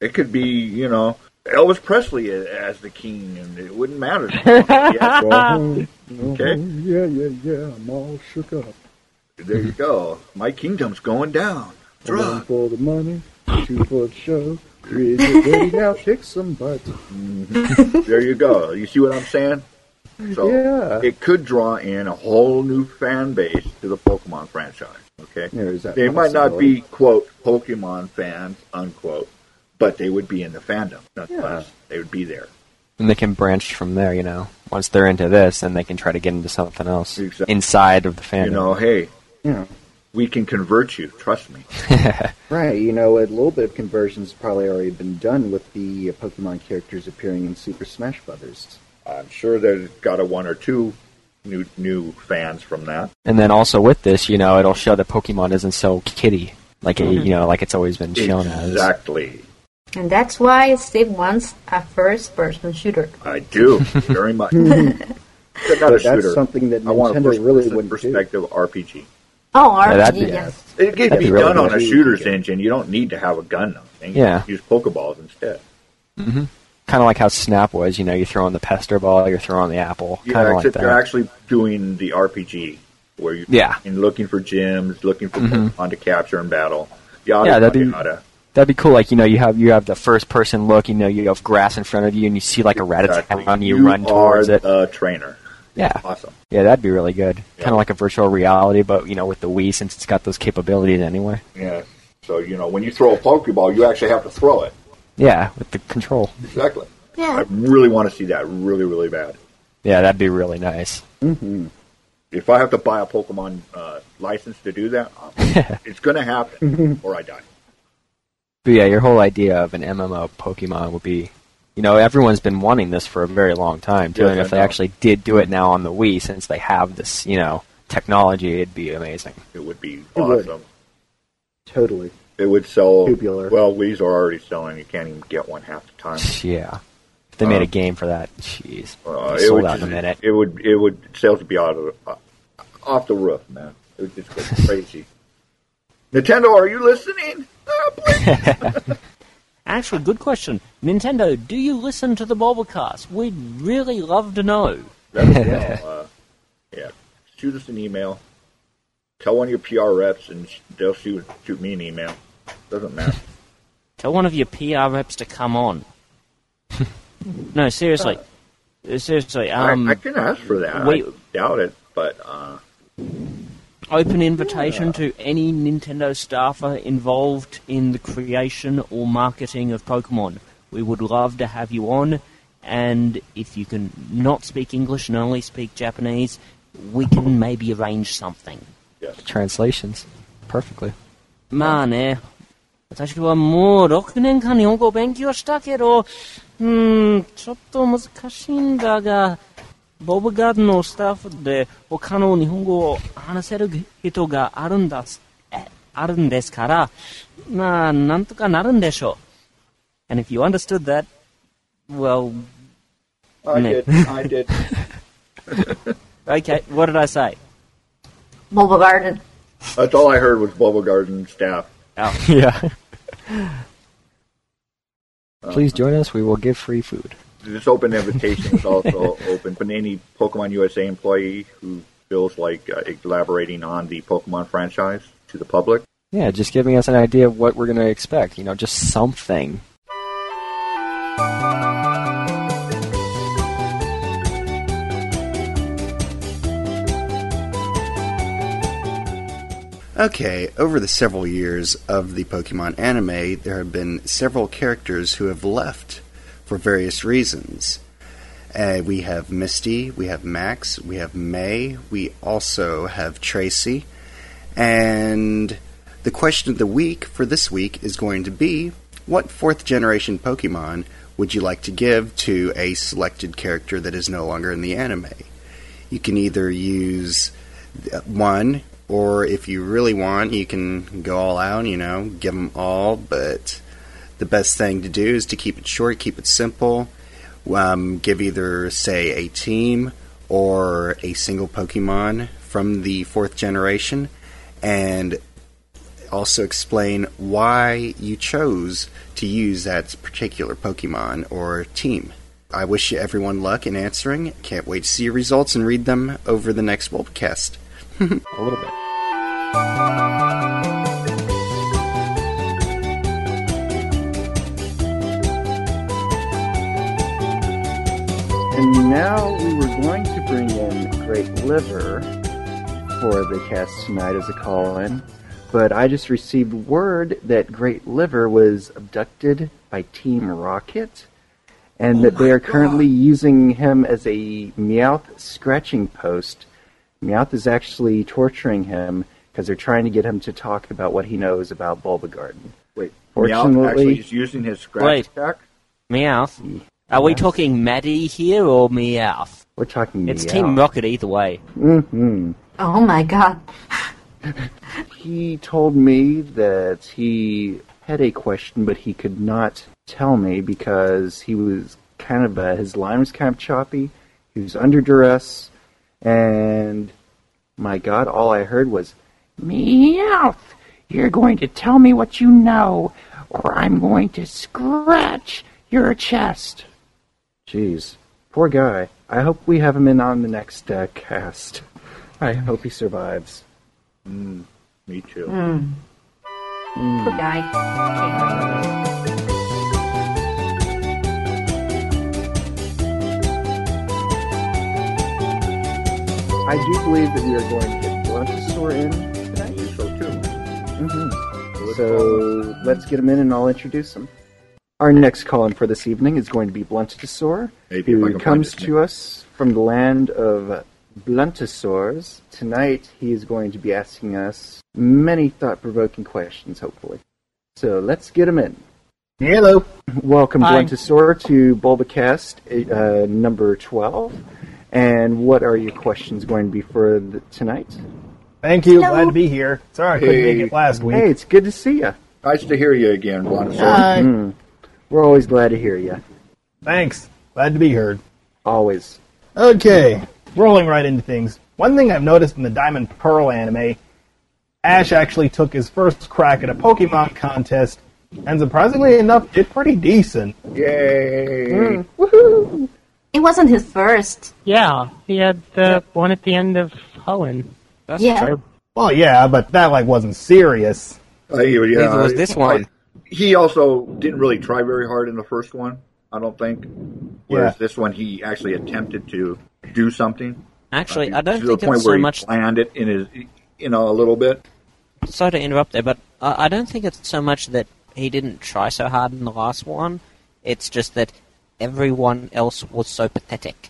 Speaker 2: it could be you know Elvis Presley a- as the king, and it wouldn't matter. Yeah, Okay.
Speaker 3: Oh, Yeah, yeah, yeah. I'm all shook up.
Speaker 2: there you go. My kingdom's going down.
Speaker 3: One
Speaker 2: Drug.
Speaker 3: for the money, two for the show, three is ready now. Kick some butt.
Speaker 2: There you go. You see what I'm saying? Mm-hmm. So
Speaker 3: Yeah.
Speaker 2: it could draw in a whole new fan base to the Pokemon franchise. Okay.
Speaker 3: There is that
Speaker 2: They might not
Speaker 3: possibility.
Speaker 2: be quote Pokemon fans unquote, but they would be in the fandom. Nonetheless, they would be there.
Speaker 7: And they can branch from there, you know. Once they're into this, then they can try to get into something else
Speaker 2: Exactly.
Speaker 7: inside of the fandom.
Speaker 2: You know, hey,
Speaker 3: Yeah.
Speaker 2: we can convert you. Trust me.
Speaker 3: Right, you know, a little bit of conversion's probably already been done with the uh, Pokemon characters appearing in Super Smash Brothers.
Speaker 2: I'm sure they've got a one or two new new fans from that.
Speaker 7: And then also with this, you know, it'll show that Pokemon isn't so kitty, like it, you know, like it's always been shown as.
Speaker 2: Mm-hmm. Exactly.
Speaker 6: And that's why Steve wants a first person shooter.
Speaker 2: I do very much. Not a
Speaker 3: But that's
Speaker 2: shooter.
Speaker 3: something that
Speaker 2: I want a
Speaker 3: Nintendo
Speaker 2: first
Speaker 3: really
Speaker 2: person
Speaker 3: wouldn't do.
Speaker 2: perspective RPG.
Speaker 6: Oh,
Speaker 7: Yeah,
Speaker 6: RPG,
Speaker 7: that'd be-
Speaker 6: yes.
Speaker 2: It can
Speaker 7: That'd
Speaker 2: be
Speaker 7: be really
Speaker 2: done on a
Speaker 7: good.
Speaker 2: shooter's engine. You don't need to have a gun. Nothing.
Speaker 7: Yeah.
Speaker 2: Use pokeballs instead. Mm-hmm.
Speaker 7: Kind of like how Snap was, you know, you throw in the pester ball, you're throwing the apple,
Speaker 2: Yeah,
Speaker 7: kind of like
Speaker 2: except
Speaker 7: that.
Speaker 2: you're actually doing the RPG where you're
Speaker 7: Yeah.
Speaker 2: and looking for gems, looking for
Speaker 7: Mhm.
Speaker 2: Pokemon to capture and battle. Yada,
Speaker 7: Yeah, that'd
Speaker 2: yada,
Speaker 7: be-
Speaker 2: yada.
Speaker 7: That'd be cool. Like you know, you have you have the first person look. You know, you have grass in front of you, and you see like a rat
Speaker 2: Exactly.
Speaker 7: attack on you, run towards
Speaker 2: are
Speaker 7: it.
Speaker 2: the trainer.
Speaker 7: Yeah,
Speaker 2: Awesome.
Speaker 7: yeah, that'd be really good.
Speaker 2: Yeah.
Speaker 7: Kind of like a virtual reality, but you know, with the Wii, since it's got those capabilities anyway.
Speaker 2: Yeah. So you know when you throw a Pokeball, you actually have to throw it.
Speaker 7: Yeah, with the control.
Speaker 2: Exactly. I
Speaker 6: Yeah.
Speaker 2: really want to see that really, really bad.
Speaker 7: Yeah, that'd be really nice.
Speaker 2: Mm-hmm. If I have to buy a Pokemon uh, license to do that, I'm- it's going to
Speaker 7: Mm-hmm.
Speaker 2: happen, or I die.
Speaker 7: But yeah, your whole idea of an MMO Pokemon would be, you know, everyone's been wanting this for a very long time too.
Speaker 2: Yes,
Speaker 7: and
Speaker 2: I
Speaker 7: if they
Speaker 2: know.
Speaker 7: actually did do it now on the Wii, since they have this, you know, technology, it'd be amazing.
Speaker 2: It would be
Speaker 3: would.
Speaker 2: awesome.
Speaker 3: Totally.
Speaker 2: It would sell.
Speaker 3: Tubular.
Speaker 2: Well, Wii's are already selling. You can't even get one half the time.
Speaker 7: Yeah, if they made
Speaker 2: Uh,
Speaker 7: a game for that, jeez,
Speaker 2: Uh,
Speaker 7: It'd be sold
Speaker 2: would
Speaker 7: out in a
Speaker 2: just-
Speaker 7: minute.
Speaker 2: It would. It would. Sales would be out of the, uh, off the roof, man. It would just go crazy. Nintendo, are you listening? Ah, please.
Speaker 1: Actually, good question. Nintendo, do you listen to the Bobblecast? We'd really love to know.
Speaker 2: Let us know, uh, yeah. Shoot us an email. Tell one of your PR reps, and sh- they'll shoot shoot me an email. Doesn't matter.
Speaker 1: Tell one of your PR reps to come on. no, seriously. Uh, Seriously, um,
Speaker 2: I, I can ask for that.
Speaker 1: wait.
Speaker 2: I doubt it, but uh,
Speaker 1: open invitation to any Nintendo staffer involved in the creation or marketing of Pokemon. We would love to have you on, and if you can not speak English and only speak Japanese, we can maybe arrange something.
Speaker 2: yes.
Speaker 7: translations perfectly.
Speaker 1: まあね、私はもう6年間日本語を勉強したけど、うーん、ちょっと難しいんだが、ボブガードのスタッフで他の日本語を話せる人があるんだす、えあるんですから、まあ、なんとかなるんでしょう。And if you understood that, well,
Speaker 2: I
Speaker 1: Nick.
Speaker 2: did. I did.
Speaker 1: okay, what did I say?
Speaker 6: Boba Garden.
Speaker 2: That's all I heard was Bubble Garden staff.
Speaker 1: Oh.
Speaker 2: Uh,
Speaker 7: yeah.
Speaker 2: Uh-huh.
Speaker 7: Please join us. We will give free food.
Speaker 2: This open invitation is also open for any Pokemon USA employee who feels like uh, elaborating on the Pokemon franchise to the public.
Speaker 7: Yeah, just giving us an idea of what we're going to expect. You know, just something.
Speaker 9: Okay, over the several years of the Pokemon anime, there have been several characters who have left for various reasons. Uh, we have Misty, we have Max, we have May, we also have Tracy. And the question of the week for this week is going to be what fourth generation Pokemon would you like to give to a selected character that is no longer in the anime? You can either use uh, one, or if you really want, you can go all out, you know, give them all, but the best thing to do is to keep it short, keep it simple, um, give either, say, a team or a single Pokemon from the fourth generation, and also explain why you chose to use that particular Pokemon or team. I wish everyone luck in answering. Can't wait to see your results and read them over the next Bulbcast.
Speaker 7: A little bit.
Speaker 3: And now we were going to bring in Great Liver for the cast tonight as a call in, but I just received word that Great Liver was abducted by Team Rocket and that they are currently using him as a Meowth scratching post. Meowth is actually torturing him because they're trying to get him to talk about what he knows about Bulbagarden.
Speaker 2: Wait, Meowth actually
Speaker 3: Fortunately,
Speaker 2: is using his scratch
Speaker 1: Wait.
Speaker 2: attack.
Speaker 1: Meowth. Are we talking Maddie here or Meowth?
Speaker 3: we're talking
Speaker 1: It's Team Rocket either way.
Speaker 3: Mm-hmm.
Speaker 6: Oh my god.
Speaker 3: he told me that he had a question, but he could not tell me because he was kind of uh, his line was kind of choppy. He was under duress, and my God, all I heard was
Speaker 11: Meowth, you're going to tell me what you know, or I'm going to scratch your chest.
Speaker 12: Jeez, poor guy. I hope we have him in on the next uh, cast. I hope he survives.
Speaker 2: Mm, me too.
Speaker 6: Mm.
Speaker 3: Mm.
Speaker 6: Poor guy.
Speaker 3: I do believe that we are going to get Bluntosaur in
Speaker 2: tonight. so too.
Speaker 3: hmm So let's get him in, and I'll introduce him. Our next call-in for this evening is going to be Bluntosaur,
Speaker 2: Maybe if I
Speaker 3: who
Speaker 2: can find
Speaker 3: comes
Speaker 2: his
Speaker 3: to us from the land of Bluntosaurs. Tonight, he is going to be asking us many thought-provoking questions, hopefully. So let's get him in.
Speaker 12: Hello.
Speaker 3: Welcome,
Speaker 12: Hi.
Speaker 3: Bluntosaur, to Bulbacast uh, number 12. And what are your questions going to be for th- tonight?
Speaker 13: Thank you. Glad to be here. Sorry I couldn't make it last week.
Speaker 3: Hey, it's good to see you.
Speaker 2: Nice to hear you again, Bluntosaur.
Speaker 13: Hi.
Speaker 3: We're always glad to hear you.
Speaker 13: Thanks. Glad to be heard.
Speaker 3: Always.
Speaker 13: Okay. Rolling right into things. One thing I've noticed in the Diamond Pearl anime, Ash actually took his first crack at a Pokemon contest, and surprisingly enough, did pretty decent.
Speaker 2: Yay!
Speaker 10: Woohoo!
Speaker 6: It wasn't his first.
Speaker 10: Yeah, he had the one at the end of Hoenn.
Speaker 6: That's Yeah. true.
Speaker 13: Well, yeah, but that like wasn't serious.
Speaker 2: Uh, yeah, uh, He also didn't really try very hard in the first one, I don't think. Whereas
Speaker 1: Yeah.
Speaker 2: this one, he actually attempted to do something.
Speaker 1: Actually, I don't
Speaker 2: to
Speaker 1: think
Speaker 2: the point
Speaker 1: it's
Speaker 2: where
Speaker 1: so
Speaker 2: he
Speaker 1: much.
Speaker 2: planned it in his, you know, a little bit.
Speaker 1: Sorry to interrupt there, but I, I don't think it's so much that he didn't try so hard in the last one. It's just that everyone else was so pathetic.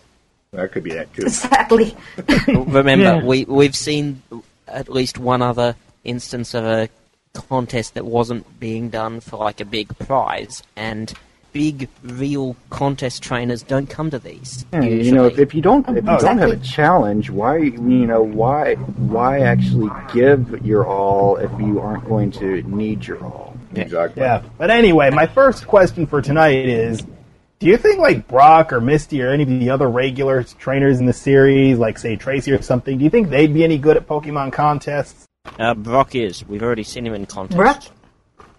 Speaker 2: That could be that too.
Speaker 6: Exactly.
Speaker 1: Remember,
Speaker 6: Yeah.
Speaker 1: we we've seen at least one other instance of a contest that wasn't being done for like a big prize, and big real contest trainers don't come to these.
Speaker 3: Yeah, Hmm, you know, if, if you don't if
Speaker 13: Oh,
Speaker 3: you don't have a challenge, why you know why why actually give your all if you aren't going to need your all?
Speaker 2: Exactly.
Speaker 13: Yeah. But anyway, my first question for tonight is do you think like Brock or Misty or any of the other regular trainers in the series, like say Tracy or something, do you think they'd be any good at Pokemon contests?
Speaker 1: Uh, Brock is. We've already seen him in contest.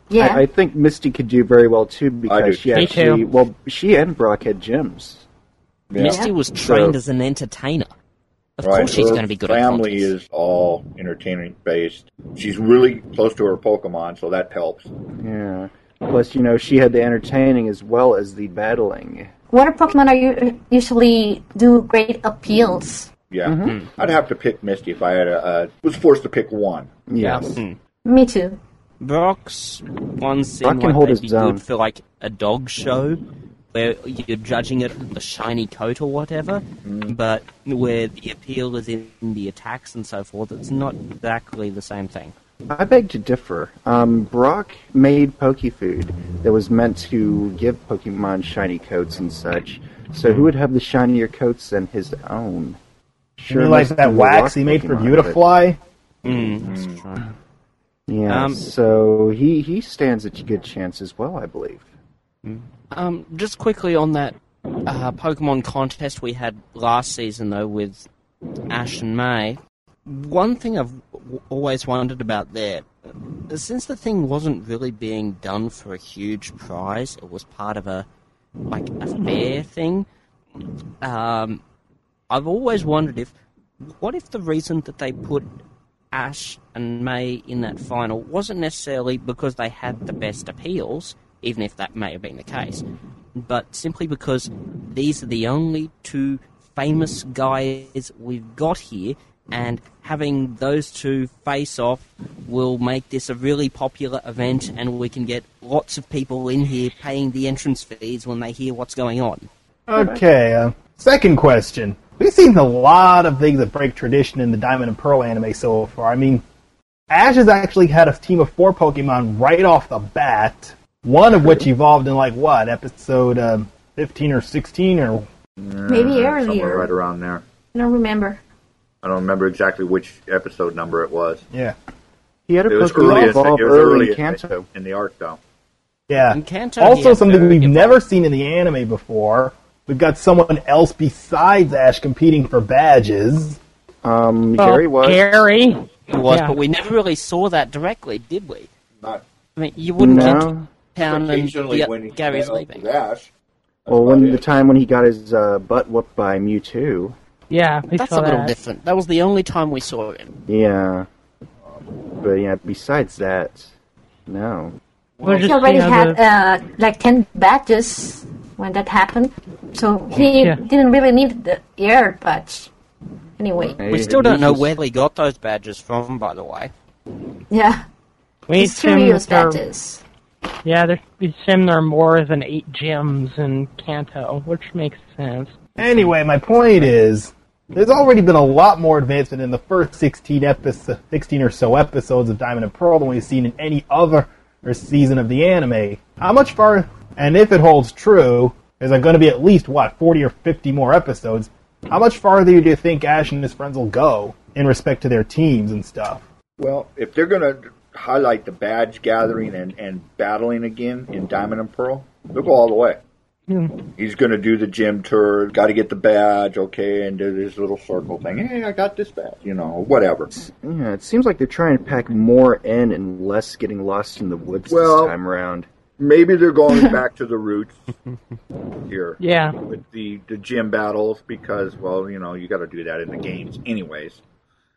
Speaker 6: Yeah.
Speaker 3: I, I think Misty could do very well too because she
Speaker 1: Me
Speaker 3: actually
Speaker 1: too.
Speaker 3: well she and Brock had gyms.
Speaker 1: Misty was trained as an entertainer. Of
Speaker 2: Right,
Speaker 1: course, she's
Speaker 2: her
Speaker 1: going to be good at contest.
Speaker 2: Family is all entertainment based. She's really close to her Pokemon, so that helps.
Speaker 3: Yeah. Plus, you know, she had the entertaining as well as the battling.
Speaker 6: Water Pokemon are u- usually do great appeals.
Speaker 2: Yeah,
Speaker 1: Mm-hmm.
Speaker 2: I'd have to pick Misty if I had a, uh, was forced to pick one.
Speaker 3: Yes.
Speaker 1: Hmm.
Speaker 6: Me too.
Speaker 1: Brock's one scene
Speaker 2: Brock can
Speaker 1: like
Speaker 2: hold
Speaker 1: they'd
Speaker 2: his
Speaker 1: be
Speaker 2: own.
Speaker 1: good for like a dog show where you're judging it on the shiny coat or whatever,
Speaker 2: Mm.
Speaker 1: but where the appeal is in the attacks and so forth, it's not exactly the same thing.
Speaker 3: I beg to differ. Um, Brock made Pokefood that was meant to give Pokemon shiny coats and such. So who would have the shinier coats than his own?
Speaker 13: you realize
Speaker 3: must
Speaker 13: that
Speaker 3: be
Speaker 13: wax
Speaker 3: rock
Speaker 13: he made for
Speaker 3: Pokemon, but-
Speaker 13: Beautifly?
Speaker 3: Yeah.
Speaker 1: Um,
Speaker 3: so he he stands a good chance as well, I believe.
Speaker 1: Um, just quickly on that uh, Pokemon contest we had last season, though, with Ash and May. One thing I've w- always wondered about there, uh, since the thing wasn't really being done for a huge prize, it was part of a like a fair thing. Um, I've always wondered if what if the reason that they put Ash and May in that final wasn't necessarily because they had the best appeals, even if that may have been the case, but simply because these are the only two famous guys we've got here, and having those two face off will make this a really popular event, and we can get lots of people in here paying the entrance fees when they hear what's going on.
Speaker 13: Okay. Uh, second question. We've seen a lot of things that break tradition in the Diamond and Pearl anime so far. I mean, Ash has actually had a team of four Pokemon right off the bat, one of which evolved in like what episode um, fifteen or sixteen or
Speaker 6: Maybe
Speaker 2: Somewhere
Speaker 6: earlier.
Speaker 2: right around there.
Speaker 6: I don't remember.
Speaker 2: I don't remember exactly which episode number it was.
Speaker 13: yeah.
Speaker 3: He had
Speaker 2: It was early, as, it was early in Kanto. In the arc, though.
Speaker 13: Yeah.
Speaker 1: Kanto, he
Speaker 13: Also,
Speaker 1: had
Speaker 13: something
Speaker 1: the-
Speaker 13: we've never seen in the anime before. We've got someone else besides Ash competing for badges.
Speaker 3: Um,
Speaker 10: Well, Gary was. Gary.
Speaker 1: It was,
Speaker 10: Yeah.
Speaker 1: but we never really saw that directly, did we?
Speaker 2: Not
Speaker 1: I mean, you wouldn't
Speaker 12: No.
Speaker 1: enter town and
Speaker 2: Occasionally
Speaker 1: the-
Speaker 2: when he
Speaker 1: Gary's
Speaker 2: met up
Speaker 1: leaving.
Speaker 2: with Ash,
Speaker 12: Well, when the time when he got his uh, butt whooped by Mewtwo.
Speaker 10: Yeah,
Speaker 12: we
Speaker 1: that's
Speaker 12: saw
Speaker 1: a little
Speaker 12: that.
Speaker 1: different. That was the only time we saw him.
Speaker 12: Yeah. But yeah, besides that, no.
Speaker 6: he already had uh, like 10 badges when that happened, so he
Speaker 1: Yeah.
Speaker 6: didn't really need the air badge. Anyway,
Speaker 1: We still don't know where they got those badges from, by the way.
Speaker 6: Yeah.
Speaker 10: We
Speaker 6: It's
Speaker 10: assume
Speaker 6: curious
Speaker 10: that
Speaker 6: that
Speaker 10: there-
Speaker 6: is.
Speaker 10: Yeah, there, we assume there are more than eight gyms in Kanto, which makes sense.
Speaker 13: Anyway, my point is, there's already been a lot more advancement in the first 16 episodes, 16 or so episodes of Diamond and Pearl than we've seen in any other season of the anime. How much far? And if it holds true, is there going to be at least what 40 or 50 more episodes? How much farther do you think Ash and his friends will go in respect to their teams and stuff?
Speaker 2: Well, if they're going to highlight the badge gathering and, and battling again in Diamond and Pearl, they'll go all the way. He's going to do the gym tour, got to get the badge, okay, and do this little circle thing. Hey, I got this badge, you know, whatever.
Speaker 12: Yeah, it seems like they're trying to pack more in and less getting lost in the woods
Speaker 2: Well-
Speaker 12: this time around.
Speaker 2: Maybe they're going back to the roots here.
Speaker 10: Yeah.
Speaker 2: With the, the gym battles because, well, you know, you got to do that in the games, anyways.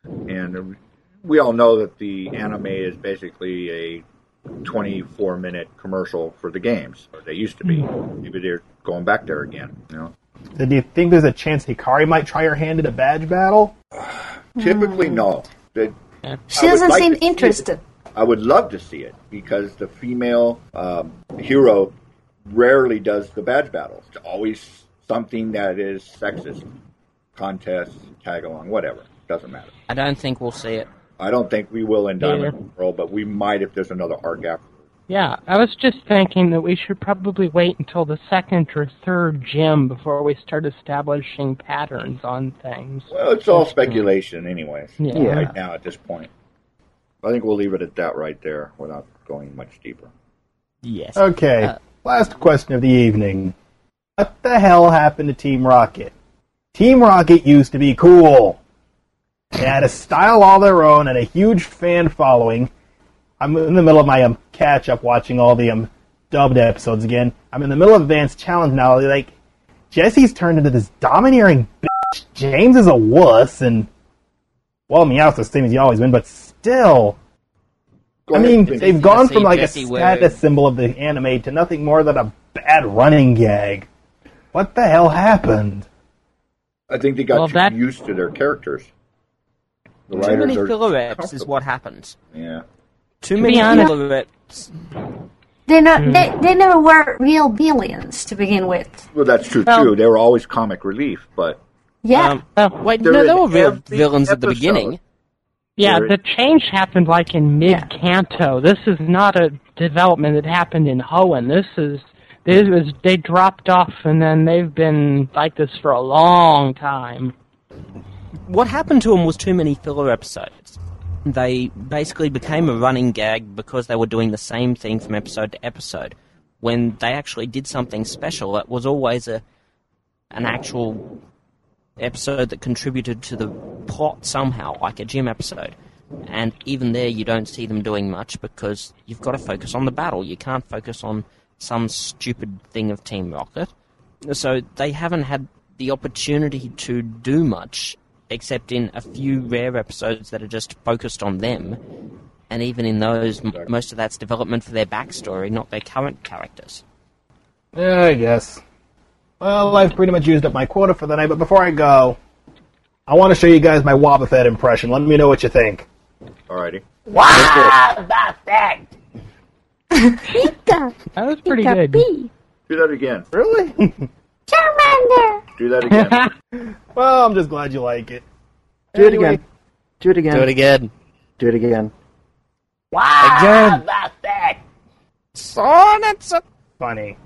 Speaker 2: And we all know that the anime is basically a 24 minute commercial for the games. Or They used to be. Maybe they're going back there again, you know.
Speaker 13: So do you think there's a chance Hikari might try her hand at a badge battle?
Speaker 2: Typically, no. They-
Speaker 6: Hmm. She
Speaker 2: I would
Speaker 6: doesn't
Speaker 2: like
Speaker 6: seem
Speaker 2: to see it.
Speaker 6: interested.
Speaker 2: I would love to see it because the female um, hero rarely does the badge battles. It's always something that is sexist, contest, tag along, whatever. Doesn't matter.
Speaker 1: I don't think we'll see it.
Speaker 2: I don't think we will in Diamond and Pearl, but we might if there's another arc after.
Speaker 10: Yeah, I was just thinking that we should probably wait until the second or third gym before we start establishing patterns on things.
Speaker 2: Well, it's all speculation, anyways.
Speaker 10: Yeah.
Speaker 2: Right now, at this point, I think we'll leave it at that right there without going much deeper.
Speaker 1: Yes.
Speaker 13: Okay, last question of the evening. What the hell happened to Team Rocket? Team Rocket used to be cool. They had a style all their own and a huge fan following. I'm in the middle of my um, catch up watching all the um, dubbed episodes again. I'm in the middle of Advanced Challenge now. Like, Jesse's turned into this domineering bitch. James is a wuss, and. Well, Meowth's the same as he always been, but still.
Speaker 2: Go
Speaker 13: I
Speaker 2: ahead,
Speaker 13: mean,
Speaker 2: finish.
Speaker 13: they've gone
Speaker 2: Jesse-
Speaker 13: from like
Speaker 2: Jesse
Speaker 13: a
Speaker 2: wearing-
Speaker 13: status symbol of the anime to nothing more than a bad running gag. What the hell happened?
Speaker 2: I think they got
Speaker 13: Well,
Speaker 2: too
Speaker 13: that-
Speaker 2: used to their characters. The
Speaker 1: Too many
Speaker 2: writers are
Speaker 1: filler reps is what happens.
Speaker 2: yeah.
Speaker 1: Too
Speaker 6: To
Speaker 1: many
Speaker 6: be honest-
Speaker 1: filler reps.
Speaker 6: They not
Speaker 2: Hmm.
Speaker 6: they, they never were real billions to begin with.
Speaker 2: Well, that's true
Speaker 6: Well-
Speaker 2: too. They were always comic relief, but
Speaker 6: Yeah.
Speaker 10: Um,
Speaker 1: wait,
Speaker 2: They're
Speaker 1: no, they
Speaker 2: in
Speaker 1: were real
Speaker 2: every
Speaker 1: villains at the
Speaker 2: episode.
Speaker 1: beginning.
Speaker 10: Yeah,
Speaker 1: Or-
Speaker 10: the change happened like in mid Canto. This is not a development that happened in Hoenn. This is this was they dropped off and then they've been like this for a long time.
Speaker 1: What happened to them was too many filler episodes. They basically became a running gag because they were doing the same thing from episode to episode. When they actually did something special, it was always a an actual episode that contributed to the plot somehow, like a gym episode. And even there, you don't see them doing much because you've got to focus on the battle. You can't focus on some stupid thing of Team Rocket. So they haven't had the opportunity to do much, except in a few rare episodes that are just focused on them. And even in those, m- most of that's development for their backstory, not their current characters.
Speaker 13: Yeah, I guess. Well, I've pretty much used up my quota for the night, but before I go, I want to show you guys my Wobbuffet impression. Let me know what you think.
Speaker 2: alrighty.
Speaker 6: Wobbuffet! Pika!
Speaker 10: That was pretty
Speaker 2: good.
Speaker 6: Pika
Speaker 2: Do that again.
Speaker 13: Really?
Speaker 6: Charmander!
Speaker 2: Do that again.
Speaker 13: well, I'm just glad you like it.
Speaker 12: Do it
Speaker 13: Anyway.
Speaker 12: again. Do it again.
Speaker 1: Do it again.
Speaker 12: Do it again.
Speaker 1: Again.
Speaker 6: Wobbuffet!
Speaker 1: Sonnets are
Speaker 13: funny.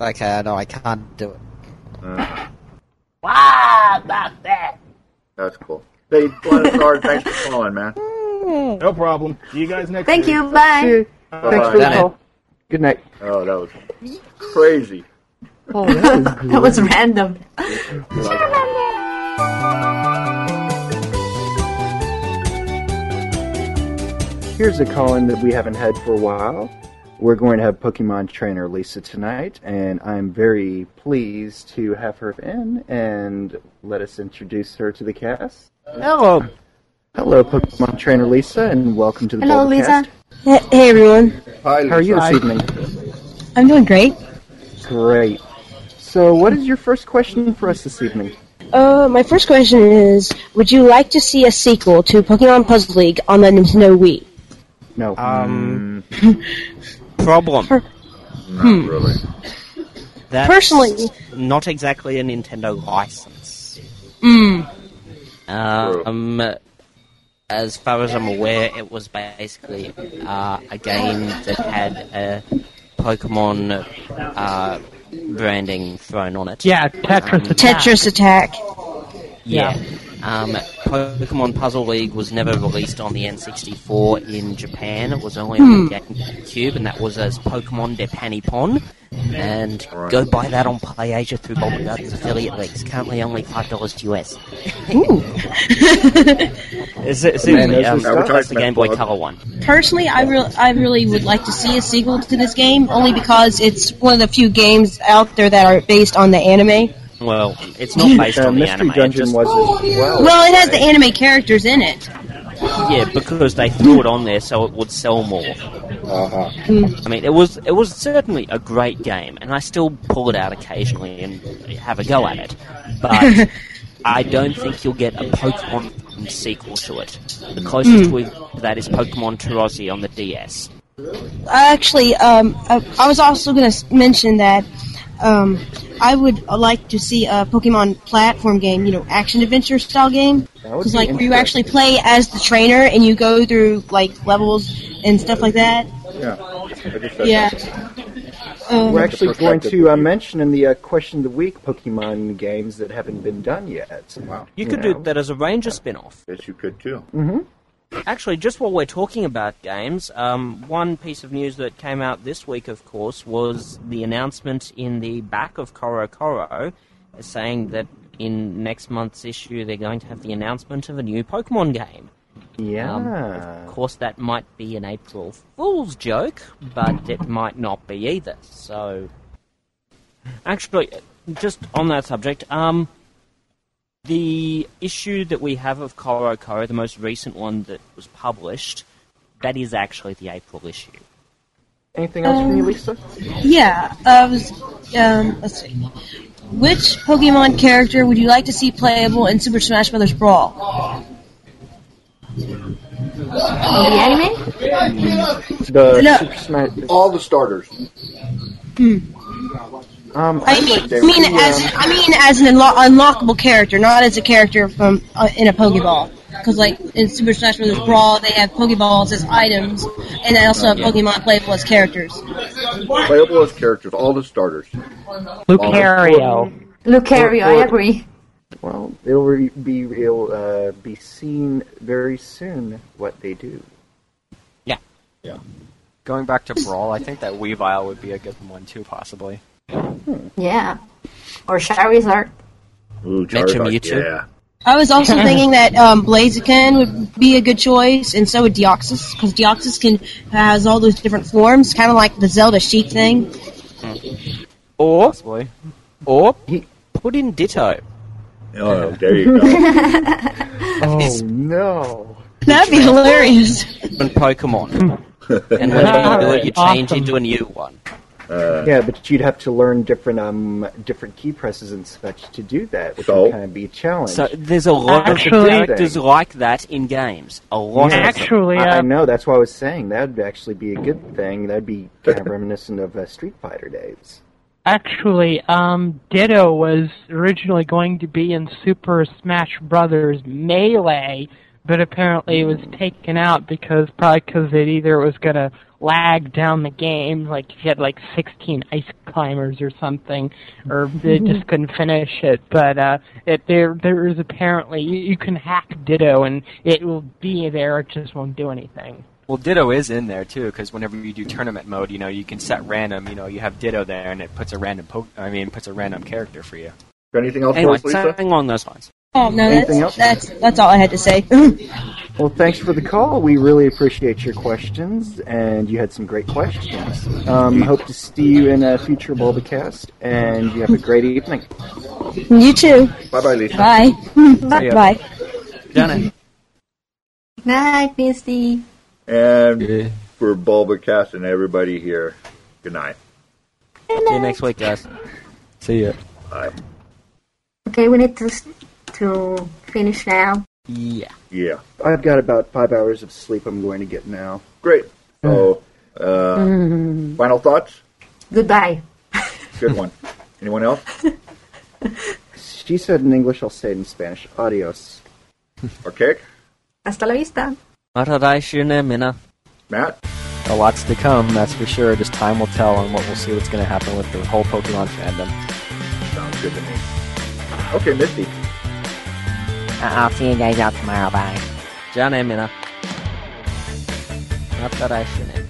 Speaker 1: Okay, uh, no, I can't do it.
Speaker 3: Uh,
Speaker 6: Wobbuffet!
Speaker 2: That's cool. Hey, Blanchard, thanks for calling, man.
Speaker 13: No problem. See you guys next
Speaker 6: Thank
Speaker 13: week.
Speaker 6: you, bye.
Speaker 13: See you.
Speaker 2: Bye-bye.
Speaker 13: Thanks for the
Speaker 2: Done it.
Speaker 13: call.
Speaker 12: Good night.
Speaker 2: Oh, that was crazy.
Speaker 6: Oh, that was, that was random.
Speaker 3: here's a call in that we haven't had for a while. We're going to have Pokemon trainer Lisa tonight, and I'm very pleased to have her in and let us introduce her to the cast.
Speaker 14: Hello.
Speaker 3: Hello, Pokemon trainer Lisa, and welcome to the
Speaker 14: Hello,
Speaker 3: podcast.
Speaker 14: Lisa. Hey, hey, everyone.
Speaker 3: Hi, How are you
Speaker 14: Hi.
Speaker 3: this evening?
Speaker 14: I'm doing great.
Speaker 3: Great. So, what is your first question for us this evening?
Speaker 14: Uh, my first question is Would you like to see a sequel to Pokemon Puzzle League on the Nintendo Wii?
Speaker 3: No.
Speaker 10: Hmm.
Speaker 1: Um, problem.
Speaker 14: Not Hmm.
Speaker 1: really. That's
Speaker 14: Personally-
Speaker 1: not exactly a Nintendo license.
Speaker 14: Mm.
Speaker 1: Um, as far as I'm aware, it was basically uh, a game that had a Pokemon uh, branding thrown on it.
Speaker 10: Yeah, Tetris
Speaker 1: Um,
Speaker 10: Attack.
Speaker 14: Tetris Attack.
Speaker 1: yeah. Um, Pokemon Puzzle League was never released on the N64 in Japan. It was only on the GameCube, and that was as Pokemon De Panipon. And go buy that on PlayAsia through Bobby Garden's affiliate link. It's currently only $5 US. Is it, seriously,
Speaker 14: Man,
Speaker 1: um,
Speaker 14: those are
Speaker 1: that's the
Speaker 14: stuff.
Speaker 1: Game Boy Color one.
Speaker 14: Personally, I, re- I really would like to see a sequel to this game, only because it's one of the few games out there that are based on the anime.
Speaker 1: Well, it's not based
Speaker 3: Uh,
Speaker 1: on the
Speaker 3: Mystery
Speaker 1: anime. it
Speaker 3: Dungeon
Speaker 1: just-
Speaker 3: was as well.
Speaker 14: Well, it has the anime characters in it.
Speaker 1: Yeah, because they threw it on there so it would sell more.
Speaker 14: Uh-huh.
Speaker 3: Hmm.
Speaker 1: I mean, it was it was certainly a great game, and I still pull it out occasionally and have a go at it. But I don't think you'll get a Pokemon sequel to it. The closest
Speaker 14: Hmm.
Speaker 1: we to that is Pokemon Terrazi on the DS.
Speaker 14: Actually, um, I, I was also going to mention that um, I would like to see a Pokemon platform game, you know, action adventure style game.
Speaker 3: That would
Speaker 14: Because
Speaker 3: be
Speaker 14: like where you
Speaker 3: interesting.
Speaker 14: actually play as the trainer and you go through like levels and stuff like that.
Speaker 3: Yeah. I just said
Speaker 14: Yeah. Um,
Speaker 3: We're actually going to uh, mention in the uh, question of the week Pokemon games that haven't been done yet. Wow.
Speaker 1: You could do that as a Ranger spin-off.
Speaker 2: Yes, you could too.
Speaker 3: hmm
Speaker 1: Actually, just while we're talking about games, um, one piece of news that came out this week, of course, was the announcement in the back of Coro Coro saying that in next month's issue they're going to have the announcement of a new Pokemon game.
Speaker 3: Yeah.
Speaker 1: Um, of course, that might be an April Fool's joke, but it might not be either. So, actually, just on that subject, um, the issue that we have of Koro Koro, the most recent one that was published, that is actually the April issue.
Speaker 3: Anything else from you,
Speaker 14: Um,
Speaker 3: Lisa?
Speaker 14: Yeah, I was. Um, let's see. Which Pokemon character would you like to see playable in Super Smash Bros. Brawl?
Speaker 6: Oh, The anime?
Speaker 3: The
Speaker 14: No.
Speaker 3: Super Smash. Hmm.
Speaker 2: All the starters.
Speaker 3: Um,
Speaker 14: I mean, I mean as I mean as an unlo- unlockable character, not as a character from uh, in a Pokeball. Because like in Super Smash Bros. Brawl, they have Pokeballs as items, and they also have
Speaker 2: Yeah.
Speaker 14: Pokemon playable as characters.
Speaker 2: Playable as characters, all the starters.
Speaker 3: Lucario.
Speaker 6: Lucario, I agree.
Speaker 3: Well, it'll re- be it'll uh, be seen very soon what they do.
Speaker 1: Yeah.
Speaker 2: Yeah.
Speaker 7: Going back to Brawl, I think that Weavile would be a good one too, possibly.
Speaker 6: Yeah. Or Charizard.
Speaker 2: Ooh,
Speaker 7: Mention Mewtwo.
Speaker 2: Yeah.
Speaker 14: I was also thinking that um, Blaziken would be a good choice, and so would Deoxys, because Deoxys can has all those different forms, kind of like the Zelda Sheik thing.
Speaker 1: Or, or put in Ditto.
Speaker 2: Oh, there you go.
Speaker 3: Oh no!
Speaker 14: That'd be hilarious.
Speaker 1: And Pokemon. and when you do it, you change into a new one.
Speaker 2: Uh,
Speaker 3: yeah, but you'd have to learn different um different key presses and such to do that, which
Speaker 1: So?
Speaker 3: would kind of be a challenge.
Speaker 1: So there's a lot
Speaker 3: Actually-
Speaker 1: of characters like that in games. A lot of them.
Speaker 14: uh,
Speaker 3: I, I know that's what I was saying. That'd actually be a good thing. That'd be kind of reminiscent of uh, Street Fighter days.
Speaker 10: Actually, um, Ditto was originally going to be in Super Smash Brothers Melee, but apparently it was taken out because probably because it either was going to lag down the game, like if you had like 16 ice climbers or something, or they just couldn't finish it. But uh, it there there is apparently you, you can hack Ditto and it will be there. It just won't do anything.
Speaker 7: Well, Ditto is in there too, because whenever you do tournament mode, you know you can set random. You know you have Ditto there, and it puts a random po- I mean, puts a random character for you.
Speaker 2: Anything else
Speaker 1: Anyway,
Speaker 2: for us, Lisa?
Speaker 1: something along those lines.
Speaker 14: Oh no,
Speaker 3: Anything
Speaker 14: that's,
Speaker 3: else?
Speaker 14: that's that's all I had to say.
Speaker 3: Well, thanks for the call. We really appreciate your questions, and you had some great questions. Um, hope to see you in a future Bulbacast, and you have a great evening.
Speaker 14: you too.
Speaker 3: Bye-bye, Lisa.
Speaker 14: Bye.
Speaker 3: See
Speaker 14: Bye.
Speaker 3: ya.
Speaker 14: Bye.
Speaker 2: Done
Speaker 6: Night, Misty.
Speaker 2: And for Bulbacast and everybody here, good night.
Speaker 13: See you next week, guys.
Speaker 7: See ya.
Speaker 2: Bye.
Speaker 6: Okay, we need to s- to finish now.
Speaker 13: Yeah.
Speaker 2: Yeah.
Speaker 3: I've got about five hours of sleep I'm going to get now.
Speaker 2: Great. So, uh,
Speaker 6: Mm.
Speaker 2: final thoughts?
Speaker 6: Goodbye.
Speaker 2: Good one. Anyone else?
Speaker 3: She said in English, I'll say it in Spanish. Adios.
Speaker 2: Okay.
Speaker 6: Hasta la vista.
Speaker 2: Matt?
Speaker 7: A lot's to come, that's for sure. Just time will tell on what we'll see what's going to happen with the whole Pokemon fandom.
Speaker 2: Sounds good to me. Okay, Misty.
Speaker 1: I'll see you guys out tomorrow. Bye.
Speaker 13: John Emina. Not that I should